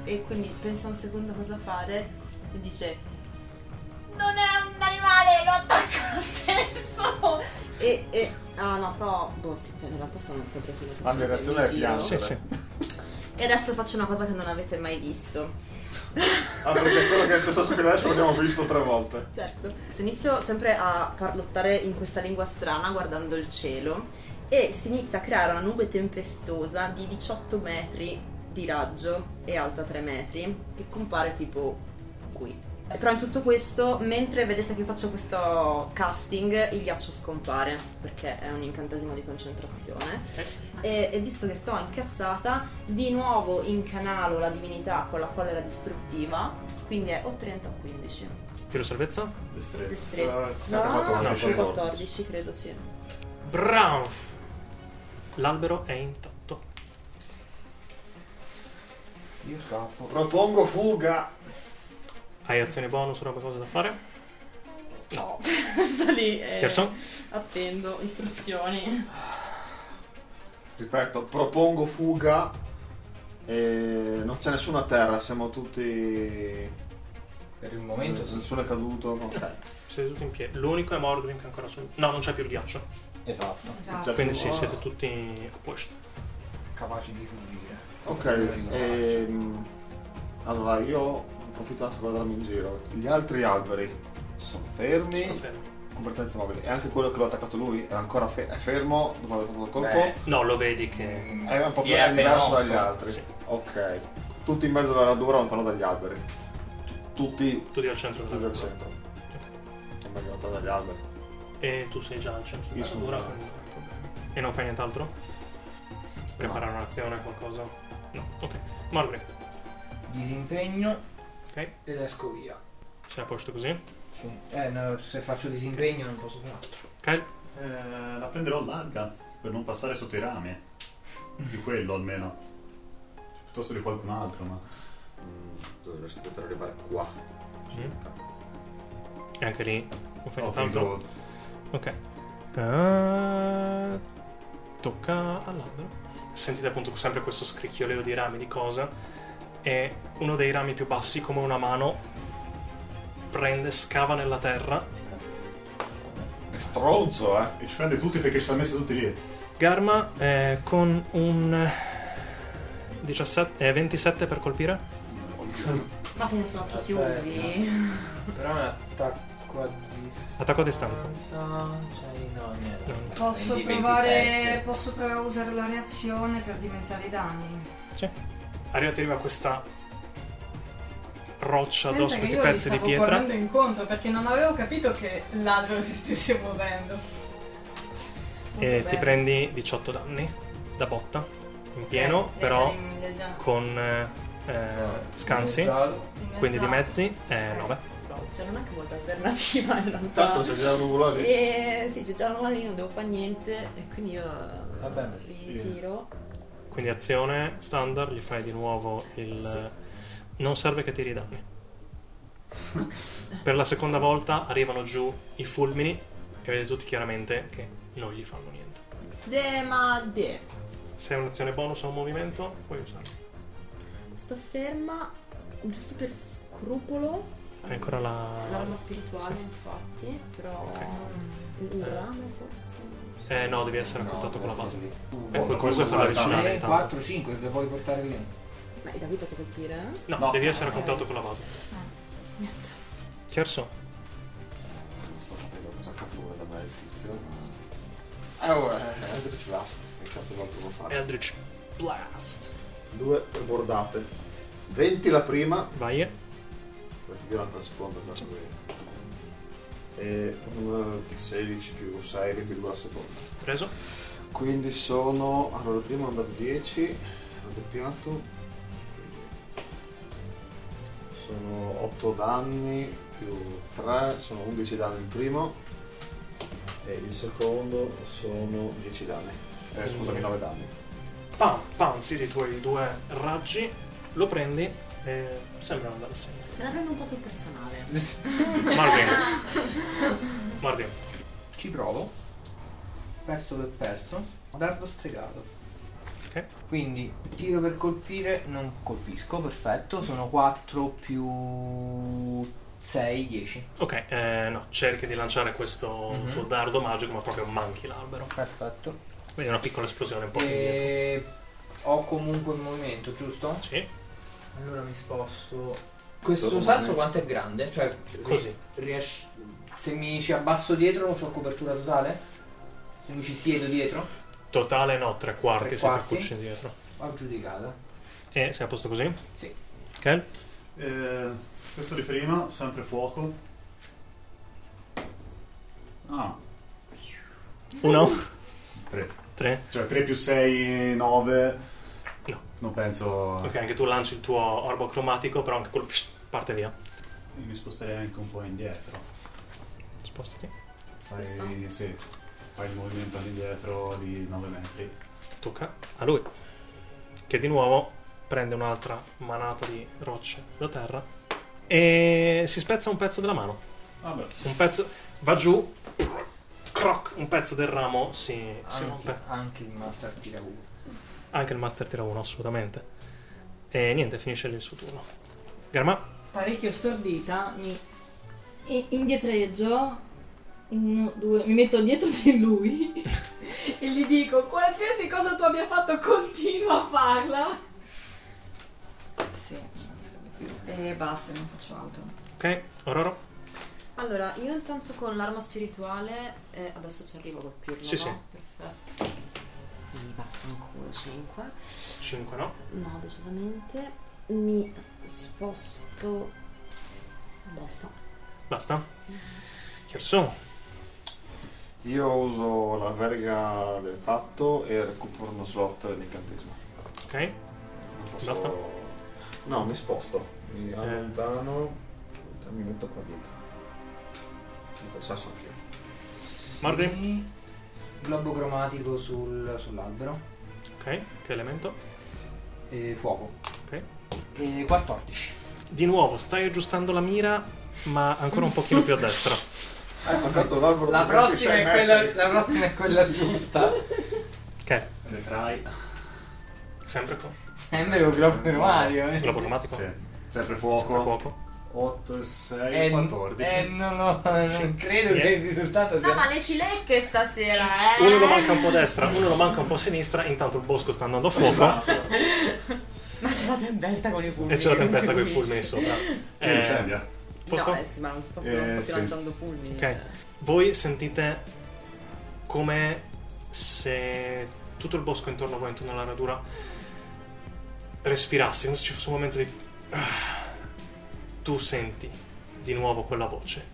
Speaker 3: E quindi pensa un secondo cosa fare e dice Non è un animale, lo attacco lo stesso! E, e- Ah no, però... Boh, sì, cioè, in realtà sono proprio così.
Speaker 5: Ma la reazione è
Speaker 1: Sì,
Speaker 5: piangere.
Speaker 1: sì.
Speaker 3: E adesso faccio una cosa che non avete mai visto.
Speaker 5: Ah, perché quello che c'è stato fino adesso l'abbiamo visto tre volte.
Speaker 3: Certo. Si inizio sempre a parlottare in questa lingua strana guardando il cielo e si inizia a creare una nube tempestosa di 18 metri di raggio e alta 3 metri che compare tipo qui. Però in tutto questo, mentre vedete che faccio questo casting, il ghiaccio scompare perché è un incantesimo di concentrazione. E, e visto che sto incazzata, di nuovo incanalo la divinità con la quale era distruttiva, quindi è o 30 o 15.
Speaker 1: Tiro salvezza.
Speaker 5: Destrezza.
Speaker 3: Destrezza.
Speaker 5: Siete 14.
Speaker 3: Sono 14, credo sì.
Speaker 1: Branf! L'albero è intatto.
Speaker 6: Io scappo.
Speaker 5: Propongo fuga.
Speaker 1: Hai azioni bonus o roba cosa da fare?
Speaker 3: No, sta lì. eh,
Speaker 1: Gerson?
Speaker 3: attendo istruzioni.
Speaker 5: Ripeto, propongo fuga. E non c'è nessuno a terra, siamo tutti.
Speaker 6: Per il momento sì.
Speaker 5: Nessuno è caduto. Cioè, Ok.
Speaker 1: Siete tutti in piedi. L'unico è Morgrim che è ancora sul... No, non c'è più il ghiaccio.
Speaker 6: Esatto.
Speaker 4: Esatto.
Speaker 1: Quindi sì,
Speaker 5: Oh.
Speaker 1: siete tutti a posto.
Speaker 6: Capaci di fuggire.
Speaker 5: Ok,
Speaker 6: Io
Speaker 5: ehm, allora io approfitto anche per guardarmi in giro. Gli altri alberi sono fermi,
Speaker 1: Sono fermi.
Speaker 5: completamente immobili. E anche quello che l'ha attaccato lui è ancora fe- è fermo dopo aver fatto il colpo.
Speaker 6: Beh,
Speaker 1: No, lo vedi che...
Speaker 5: è un po'
Speaker 6: Sì,
Speaker 5: più
Speaker 6: è
Speaker 5: è diverso
Speaker 6: penoso,
Speaker 5: dagli altri.
Speaker 1: sì.
Speaker 5: Ok, tutti in mezzo alla radura lontano dagli alberi. Tu- Tutti,
Speaker 1: Tutti al centro
Speaker 5: tutti
Speaker 1: della
Speaker 5: del
Speaker 1: radura.
Speaker 5: centro. È meglio lontano dagli alberi.
Speaker 1: E tu sei già al centro
Speaker 5: Io
Speaker 1: della
Speaker 5: sono
Speaker 1: radura,
Speaker 5: già.
Speaker 1: quindi non hai problemi. E non fai nient'altro? preparare un'azione o qualcosa? No, ok. Mallory,
Speaker 6: Disimpegno
Speaker 1: ok?
Speaker 6: ed esco via.
Speaker 1: Ce la posto così.
Speaker 6: Sì. Eh, no, se faccio disimpegno non posso fare altro.
Speaker 1: Kyle,
Speaker 10: Eh, la prenderò larga per non passare sotto i rami. Di quello almeno. Piuttosto di qualcun altro, ma.
Speaker 5: Mm, dovresti poter arrivare qua. circa.
Speaker 1: e anche lì non
Speaker 5: Oh,
Speaker 1: fai
Speaker 10: Ho
Speaker 1: nient'altro.
Speaker 10: finito.
Speaker 1: Ok. Ah, tocca all'albero. Sentite appunto sempre questo scricchioleo di rami di cosa. E uno dei rami più bassi, come una mano, prende, scava nella terra.
Speaker 5: Che stronzo, eh!
Speaker 10: E ci prende tutti perché ci ha messo tutti lì.
Speaker 1: Garma eh, con un 17, eh, 27 per colpire.
Speaker 3: Ma che ne so, occhi
Speaker 1: Cioè,
Speaker 6: Aspetta.
Speaker 1: eh,
Speaker 3: chiusi.
Speaker 6: Però è un attacco a distanza.
Speaker 1: Attacco a distanza.
Speaker 6: Cioè, no, niente.
Speaker 1: No.
Speaker 4: Posso
Speaker 6: 20,
Speaker 4: provare,
Speaker 6: 27.
Speaker 4: posso provare a usare la reazione per diventare i danni.
Speaker 1: Arriva, ti arriva questa roccia addosso,
Speaker 4: Pensa che
Speaker 1: questi
Speaker 4: io gli
Speaker 1: pezzi di
Speaker 4: stavo
Speaker 1: pietra.
Speaker 4: correndo incontro perché non avevo capito che l'albero si stesse muovendo.
Speaker 1: E
Speaker 4: Molto
Speaker 1: Eh, ti
Speaker 4: bene.
Speaker 1: prendi 18 danni da botta in pieno,
Speaker 4: Eh,
Speaker 1: però
Speaker 4: li hai già-
Speaker 1: con eh, eh, scansi,
Speaker 6: Dimezzato.
Speaker 1: quindi
Speaker 4: Esatto.
Speaker 1: di mezzi, eh,
Speaker 4: Ok.
Speaker 1: 9.
Speaker 3: Cioè non è che molta alternativa in
Speaker 5: Tanto
Speaker 3: realtà.
Speaker 5: se c'è la nuvola
Speaker 3: Eh.
Speaker 5: lì.
Speaker 3: E sì, c'è già la lì, non devo fare niente. E quindi io
Speaker 6: Vabbè,
Speaker 3: rigiro.
Speaker 1: Quindi azione standard, gli fai di nuovo il... Non serve che tiri i danni. per la seconda volta arrivano giù i fulmini e vedete tutti chiaramente che non gli fanno niente.
Speaker 3: De ma de.
Speaker 1: Se è un'azione bonus o un movimento, puoi usarlo.
Speaker 3: Sto ferma giusto per scrupolo.
Speaker 1: Hai ancora la...
Speaker 3: L'arma spirituale, infatti, però.
Speaker 1: Ok.
Speaker 3: Un ramo forse.
Speaker 1: Eh no, devi essere a contatto con la base.
Speaker 5: Oh,
Speaker 1: Ecco,
Speaker 5: ma
Speaker 1: questo è
Speaker 5: cosa
Speaker 1: per
Speaker 5: fai?
Speaker 1: avvicinare
Speaker 6: 3,
Speaker 1: intanto.
Speaker 6: 4, 5, le vuoi portare lì?
Speaker 3: Ma è da qui posso colpire? eh?
Speaker 1: No,
Speaker 10: No.
Speaker 1: devi essere a contatto con la base. Ah,
Speaker 3: Niente.
Speaker 1: Chiarso,
Speaker 5: Non sto capendo cosa cazzo vuole da me il tizio. ma-
Speaker 6: Allora,
Speaker 5: Eh, Eldritch Blast, che cazzo d'altro devo fare?
Speaker 1: Eldritch Blast.
Speaker 5: Due bordate. 20 la prima.
Speaker 1: Vai.
Speaker 5: Ti dirò anche la seconda, già così. E un 16 più 6, 22 la seconda.
Speaker 1: Preso.
Speaker 5: Quindi sono. Allora, il primo è andato 10, raddoppiato. Sono 8 danni più 3, sono 11 danni il primo. E il secondo sono 10 danni. Eh, scusami, 9 danni.
Speaker 1: Pam, pam, tiri i tuoi due raggi, lo prendi e sembra andare sempre.
Speaker 3: Me la prendo un po' sul personale.
Speaker 1: Marvin. Marvin.
Speaker 6: ci provo. Perso per perso. Dardo stregato.
Speaker 1: Ok.
Speaker 6: Quindi tiro per colpire, non colpisco, perfetto. Sono 4 più 6, 10.
Speaker 1: Ok, eh, no, cerchi di lanciare questo
Speaker 6: Mhm.
Speaker 1: tuo dardo magico, ma proprio manchi l'albero.
Speaker 6: Perfetto.
Speaker 1: Vedi una piccola esplosione un po' più
Speaker 6: Eh,
Speaker 1: indietro.
Speaker 6: E ho comunque il movimento, giusto?
Speaker 1: Sì,
Speaker 6: Allora mi sposto. Questo
Speaker 5: Solo
Speaker 6: sasso
Speaker 5: mani.
Speaker 6: quanto è grande? Cioè,
Speaker 1: così.
Speaker 6: riesci. Se mi ci abbasso dietro, ho copertura totale? Se mi ci siedo dietro?
Speaker 1: Totale no, tre quarti
Speaker 6: Tre
Speaker 1: se ti
Speaker 6: quarti.
Speaker 1: accucci dietro.
Speaker 6: Ho giudicato.
Speaker 1: E sei a posto così?
Speaker 6: Sì.
Speaker 1: Kel?
Speaker 10: Eh, stesso di prima, sempre fuoco. Ah,
Speaker 1: Uno,
Speaker 6: Uh.
Speaker 10: 3.
Speaker 1: tre.
Speaker 10: Cioè 3 più 6, 9.
Speaker 1: No.
Speaker 10: Non penso.
Speaker 1: Ok, anche tu lanci il tuo orbo cromatico, però anche quello psh, parte via.
Speaker 10: Io Mi sposterei anche un po' indietro.
Speaker 1: Spostati.
Speaker 10: Fai,
Speaker 3: Questo?
Speaker 10: sì, fai il movimento all'indietro di 9 metri.
Speaker 1: Tocca a lui. Che di nuovo prende un'altra manata di rocce da terra e si spezza un pezzo della mano.
Speaker 10: Vabbè,
Speaker 1: Un pezzo va giù, croc, un pezzo del ramo si, si
Speaker 6: Anche,
Speaker 1: rompe.
Speaker 6: anche il master tira uno.
Speaker 1: Anche il master tira uno, assolutamente. E niente, finisce lì il suo turno. Garma,
Speaker 4: Parecchio stordita, mi i- indietreggio. Uno, due, mi metto dietro di lui e gli dico: qualsiasi cosa tu abbia fatto, continua a farla. Sì, non serve più. E basta, non faccio altro.
Speaker 1: ok, Ororo.
Speaker 3: Allora, io intanto con l'arma spirituale. eh, adesso ci arrivo a colpirlo.
Speaker 1: Sì,
Speaker 3: no?
Speaker 1: sì.
Speaker 3: Perfetto. Mi vaffanculo 5.
Speaker 1: 5 no.
Speaker 3: No, decisamente. Mi sposto. Basta.
Speaker 1: Basta. Chiarso.
Speaker 5: Io uso la verga del patto e recupero uno slot dell'incantesimo.
Speaker 1: Ok?
Speaker 5: Non posso-
Speaker 1: Basta?
Speaker 5: No, mi sposto. Mi
Speaker 1: Eh.
Speaker 5: allontano. Mi metto qua dietro. Dietro sasso anch'io.
Speaker 1: Marvin?
Speaker 2: Globo cromatico sul- sull'albero.
Speaker 1: Ok, che elemento?
Speaker 2: E fuoco.
Speaker 1: Ok.
Speaker 2: E 14.
Speaker 1: Di nuovo, stai aggiustando la mira, ma ancora un pochino più a destra.
Speaker 5: Ah, ho toccato l'albero
Speaker 6: La
Speaker 5: da
Speaker 6: prossima,
Speaker 5: 26
Speaker 6: è quella,
Speaker 5: metri.
Speaker 6: la prossima è quella giusta.
Speaker 1: Ok,
Speaker 10: Retrai.
Speaker 1: sempre con
Speaker 6: Sembra un globo Mario. Eh.
Speaker 1: globo cromatico.
Speaker 10: Sì. Sempre
Speaker 1: Sempre
Speaker 10: fuoco.
Speaker 1: fuoco.
Speaker 10: 8 e 6,
Speaker 6: Eh,
Speaker 10: 14.
Speaker 6: eh, non, ho- non credo
Speaker 1: Yeah.
Speaker 6: che il risultato
Speaker 3: No,
Speaker 6: sia.
Speaker 3: ma le cilecche stasera, eh!
Speaker 1: Uno lo manca un po' a destra, uno lo manca un po' a sinistra, intanto il bosco sta andando a fuoco
Speaker 10: Esatto.
Speaker 3: Ma c'è la tempesta con i fulmini.
Speaker 1: e c'è la tempesta con i
Speaker 3: quindi-
Speaker 1: fulmini sopra.
Speaker 10: Che
Speaker 1: Eh,
Speaker 10: incendia.
Speaker 1: posto?
Speaker 3: No, eh, sì, ma non sto,
Speaker 10: Eh,
Speaker 3: non sto più
Speaker 10: sì.
Speaker 3: lanciando fulmini. eh.
Speaker 1: Ok. Voi sentite come se tutto il bosco intorno a voi, intorno alla radura, respirasse, come se ci fosse un momento di... Tu senti di nuovo quella voce.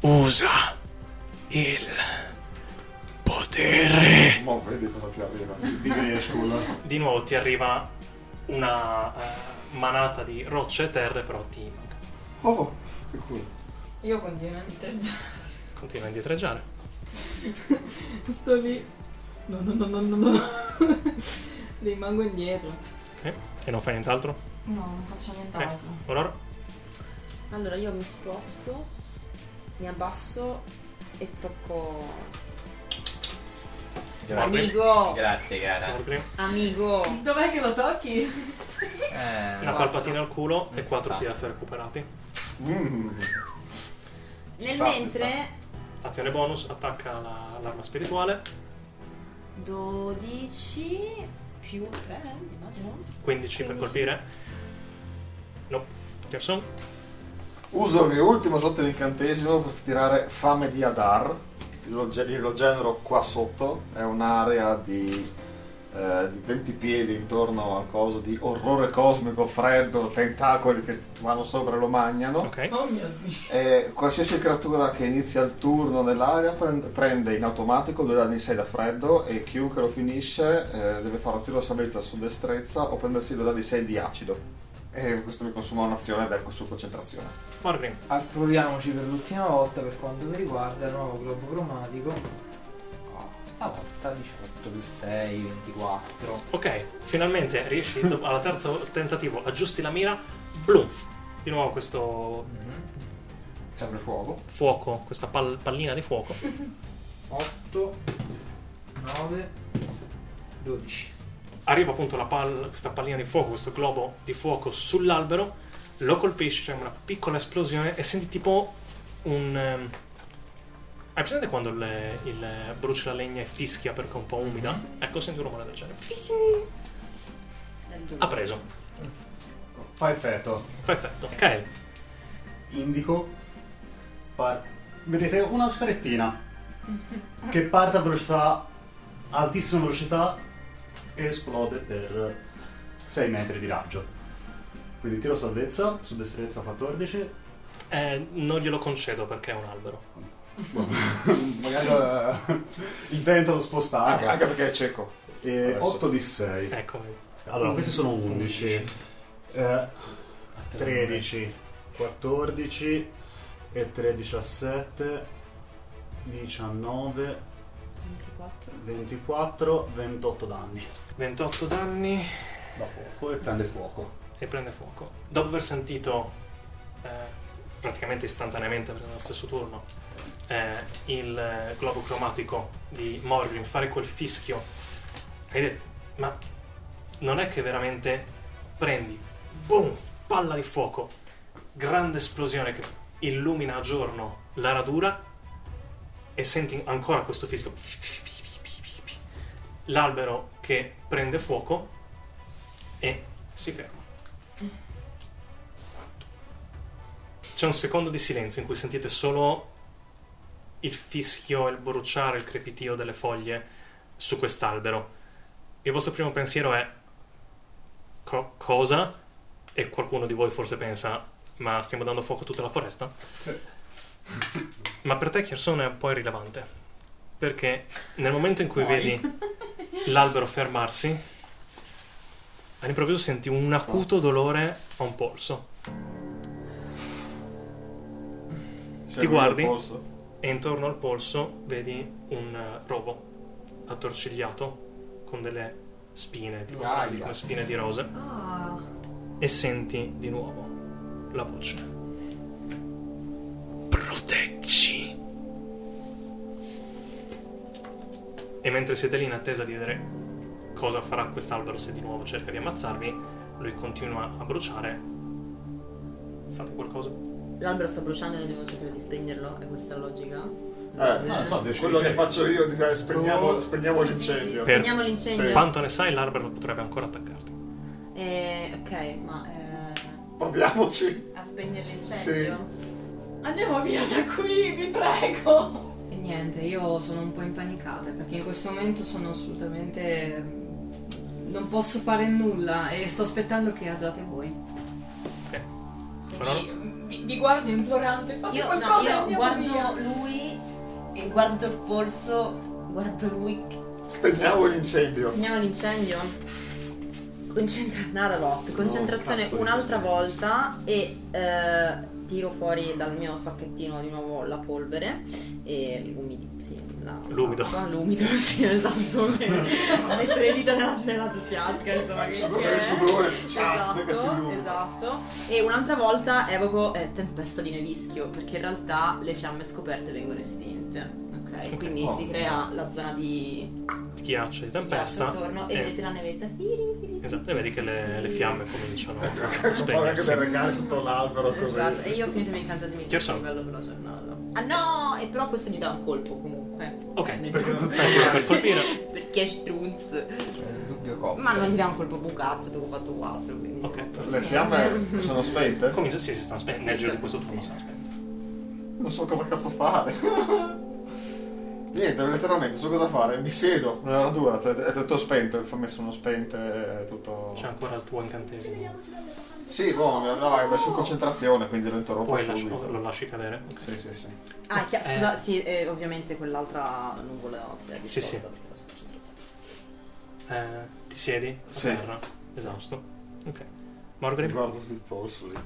Speaker 1: Usa il potere.
Speaker 5: Mo vedi cosa ti arriva.
Speaker 10: Visionaire School.
Speaker 1: Di nuovo ti arriva una eh, manata di rocce e terre, però ti manca.
Speaker 5: Oh, che culo.
Speaker 4: Io continuo a indietreggiare.
Speaker 1: Continua a indietreggiare.
Speaker 4: Sto lì. No, no, no, no, no, no. Rimango indietro.
Speaker 1: Ok? E non fai nient'altro?
Speaker 4: No, non faccio nient'altro.
Speaker 1: Allora?
Speaker 3: Allora io mi sposto, mi abbasso e tocco. Amigo!
Speaker 6: Grazie, cara.
Speaker 1: Morgrim.
Speaker 3: Amigo!
Speaker 4: Dov'è che lo tocchi?
Speaker 6: Eh,
Speaker 1: Una palpatina al culo e 4
Speaker 6: Esatto.
Speaker 1: PF recuperati.
Speaker 5: Mm.
Speaker 3: Nel
Speaker 5: sta, ci
Speaker 3: mentre.
Speaker 1: Azione bonus, attacca la- l'arma spirituale.
Speaker 3: 12 più 3, immagino.
Speaker 1: 15 per
Speaker 3: 15.
Speaker 1: colpire. No. Gerson.
Speaker 5: Uso il mio ultimo sotto l'incantesimo per tirare fame di Adar. Lo, ge- lo genero qua sotto, è un'area di, eh, di 20 piedi intorno al coso di orrore cosmico, freddo, tentacoli che vanno sopra e lo mangiano.
Speaker 1: Ok.
Speaker 4: Oh mio dio.
Speaker 5: E Eh, qualsiasi creatura che inizia il turno nell'area prend- prende in automatico 2 danni 6 da freddo e chiunque lo finisce eh, deve fare un tiro a salvezza su destrezza o prendersi 2 danni 6 di acido. E questo mi consuma un'azione ed ecco su concentrazione.
Speaker 1: Morgrim.
Speaker 6: Approviamoci Ah, per l'ultima volta per quanto mi riguarda il nuovo globo cromatico. Oh, stavolta 18 più 6, 24.
Speaker 1: Ok, finalmente riesci do- alla terza tentativo, aggiusti la mira. Blumf. Di nuovo questo
Speaker 6: Mhm. Sempre fuoco.
Speaker 1: fuoco, questa pal- pallina di fuoco.
Speaker 6: 8, 9, 12.
Speaker 1: Arriva appunto la pal- questa pallina di fuoco, questo globo di fuoco sull'albero, lo colpisce, c'è una piccola esplosione e senti tipo un... ehm, Hai presente quando il, il brucia la legna e fischia perché è un po' umida? Ecco, senti un rumore del genere. Ha preso,
Speaker 10: Perfetto.
Speaker 1: perfetto. Ok,
Speaker 10: Indico. par- Vedete una sferettina che parte a velocità altissima velocità e esplode per 6 metri di raggio. Quindi tiro salvezza su destrezza 14.
Speaker 1: eh, non glielo concedo perché è un albero.
Speaker 10: Magari eh, il vento lo sposta
Speaker 5: Anche,
Speaker 10: anche.
Speaker 5: anche perché è cieco.
Speaker 10: E
Speaker 5: Ah, Adesso.
Speaker 10: 8 di 6.
Speaker 1: Ecco, vedi.
Speaker 10: Allora, questi sono 11. Eh, 13, 14 e 3, 17, 19,
Speaker 3: 24.
Speaker 10: 24, 28 danni
Speaker 1: 28 danni
Speaker 10: da fuoco e prende fuoco.
Speaker 1: e prende fuoco. Dopo aver sentito eh, praticamente istantaneamente, perché nello stesso turno, eh, il eh, globo cromatico di Morgrim fare quel fischio, hai detto, ma non è che veramente prendi, boom, palla di fuoco, grande esplosione che illumina a giorno la radura e senti ancora questo fischio. L'albero che prende fuoco e si ferma. C'è un secondo di silenzio in cui sentite solo il fischio, il bruciare, il crepitio delle foglie su quest'albero. Il vostro primo pensiero è "Co- cosa? E qualcuno di voi forse pensa ma stiamo dando fuoco a tutta la foresta? Ma per te Chiarson è un po' irrilevante, perché nel momento in cui vedi l'albero fermarsi, all'improvviso senti un acuto dolore a un polso. Ti guardi e intorno al polso vedi un eh, rovo attorcigliato con delle spine, tipo
Speaker 6: Aia.
Speaker 1: come spine di rose,
Speaker 4: Ah,
Speaker 1: e senti di nuovo la voce. Proteggi! E mentre siete lì in attesa di vedere cosa farà quest'albero se di nuovo cerca di ammazzarvi, lui continua a bruciare. Fate qualcosa?
Speaker 3: L'albero sta bruciando e noi dobbiamo cercare di spegnerlo, è questa la logica?
Speaker 5: Eh,
Speaker 10: No, non so,
Speaker 5: Quello
Speaker 10: quello
Speaker 5: che faccio io è dire, spegniamo, spegniamo l'incendio.
Speaker 1: Per-
Speaker 3: Spegniamo l'incendio.
Speaker 1: Quanto ne sai, l'albero potrebbe ancora attaccarti.
Speaker 3: Eh, ok, ma eh,
Speaker 5: Proviamoci.
Speaker 3: a spegnere l'incendio?
Speaker 4: andiamo via da qui, vi prego.
Speaker 11: E niente, io sono un po' impanicata perché in questo momento sono assolutamente. Non posso fare nulla e sto aspettando che agiate voi.
Speaker 1: Però-
Speaker 4: Quindi, vi, vi guardo implorante, fate
Speaker 3: Io,
Speaker 4: qualcosa
Speaker 3: no,
Speaker 4: e
Speaker 3: io
Speaker 4: andiamo
Speaker 3: guardo
Speaker 4: via.
Speaker 3: lui e guardo il polso, guardo lui.
Speaker 5: Spegniamo l'incendio.
Speaker 3: Spegniamo l'incendio. Concentra... Naralot, concentrazione
Speaker 5: Oh, cazzo,
Speaker 3: un'altra
Speaker 5: io-
Speaker 3: volta e eh, tiro fuori dal mio sacchettino di nuovo la polvere e l'umido, sì, la,
Speaker 1: L'umido.
Speaker 3: l'acqua, l'umido, sì, esatto. Metto le dita nella, nella fiasca, insomma.
Speaker 5: Il
Speaker 3: che-
Speaker 5: sudore,
Speaker 3: che-
Speaker 5: il sudore, cazzo, beccati
Speaker 3: Esatto,
Speaker 5: l'umido.
Speaker 3: esatto. E un'altra volta evoco eh, tempesta di nevischio, perché in realtà le fiamme scoperte vengono estinte. Ok, quindi
Speaker 1: Oh.
Speaker 3: si crea la zona di
Speaker 1: Ti ghiaccia di tempesta.
Speaker 3: ghiaccio attorno e
Speaker 1: e-
Speaker 3: vedete la nevetta. Esatto,
Speaker 1: Esatto, e vedi che le, le fiamme cominciano a
Speaker 5: Fa Ecco, anche dei
Speaker 1: spegnersi.
Speaker 5: regali sotto l'albero così.
Speaker 3: Esatto. E io ho finito i miei incantesimi
Speaker 1: Chi sono?
Speaker 3: di livello per la giornata. Ah no! E però questo gli dà un colpo comunque. Eh,
Speaker 1: Ok,
Speaker 3: Nel-
Speaker 1: perché non sai come per colpire.
Speaker 3: perché è strunz.
Speaker 6: Il dubbio copre.
Speaker 3: Ma non gli dà un colpo bucazzo perché ho fatto 4. Quindi
Speaker 1: Ok, perfetto.
Speaker 5: Le fiamme sono spente?
Speaker 1: Comincia, sì, si stanno spegnendo. Nel giro di questo turno si stanno spegnendo.
Speaker 5: Non so cosa cazzo fare. Niente, letteralmente, non so cosa fare. Mi siedo nella radura, è è tutto spento, ho messo uno spente, è tutto...
Speaker 1: C'è ancora il tuo incantesimo.
Speaker 5: Sì, boh, no, no, è su concentrazione, quindi lo interrompo
Speaker 1: Poi lasci-
Speaker 5: subito.
Speaker 1: lo lasci cadere. Ok.
Speaker 5: Sì, sì, sì.
Speaker 3: Ah, chi-
Speaker 1: Eh.
Speaker 3: scusa, sì, eh, ovviamente quell'altra nuvola si è
Speaker 1: Sì, sì.
Speaker 3: dissolta perché la sua concentrazione.
Speaker 1: Eh, ti siedi a
Speaker 5: Sì.
Speaker 1: terra, esausto. Ok.
Speaker 5: Ti
Speaker 1: Margaret,
Speaker 5: Guardo il polso lì.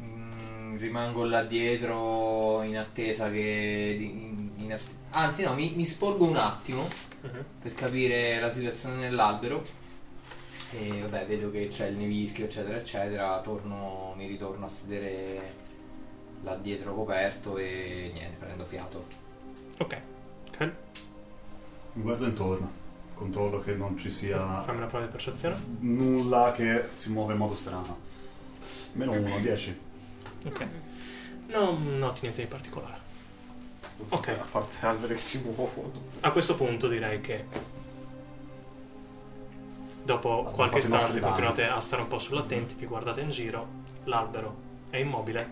Speaker 6: Mm, rimango là dietro in attesa che... di- in- in att- Anzi no, mi, mi sporgo un attimo
Speaker 1: Mhm.
Speaker 6: per capire la situazione nell'albero. E vabbè, vedo che c'è il nevischio, eccetera, eccetera. Torno, mi ritorno a sedere là dietro coperto e niente, prendo fiato.
Speaker 1: ok. Kel,
Speaker 8: Mi guardo intorno, controllo che non ci sia
Speaker 1: fammi una prova di percezione.
Speaker 8: nulla che si muove in modo strano. Meno uno, 10.
Speaker 1: Ok. No, noti niente di particolare. Ok.
Speaker 5: A parte alberi che si muovono.
Speaker 1: A questo punto direi che dopo qualche
Speaker 8: fate i nostri
Speaker 1: istante
Speaker 8: danni.
Speaker 1: continuate a stare un po' sull'attenti, vi guardate in giro, l'albero è immobile,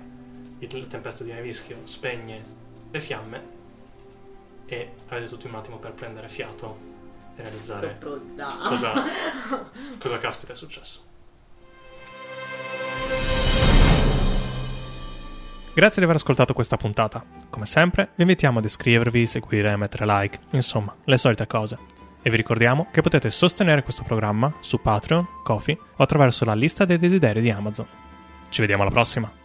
Speaker 1: il- la tempesta di nevischio spegne le fiamme e avete tutti un attimo per prendere fiato e
Speaker 3: Sono
Speaker 1: realizzare
Speaker 3: pronta.
Speaker 1: cosa, cosa caspita è successo. Grazie di aver ascoltato questa puntata. Come sempre, vi invitiamo ad iscrivervi, seguire e mettere like, insomma, le solite cose. E vi ricordiamo che potete sostenere questo programma su Patreon, Kofi o attraverso la lista dei desideri di Amazon. Ci vediamo alla prossima!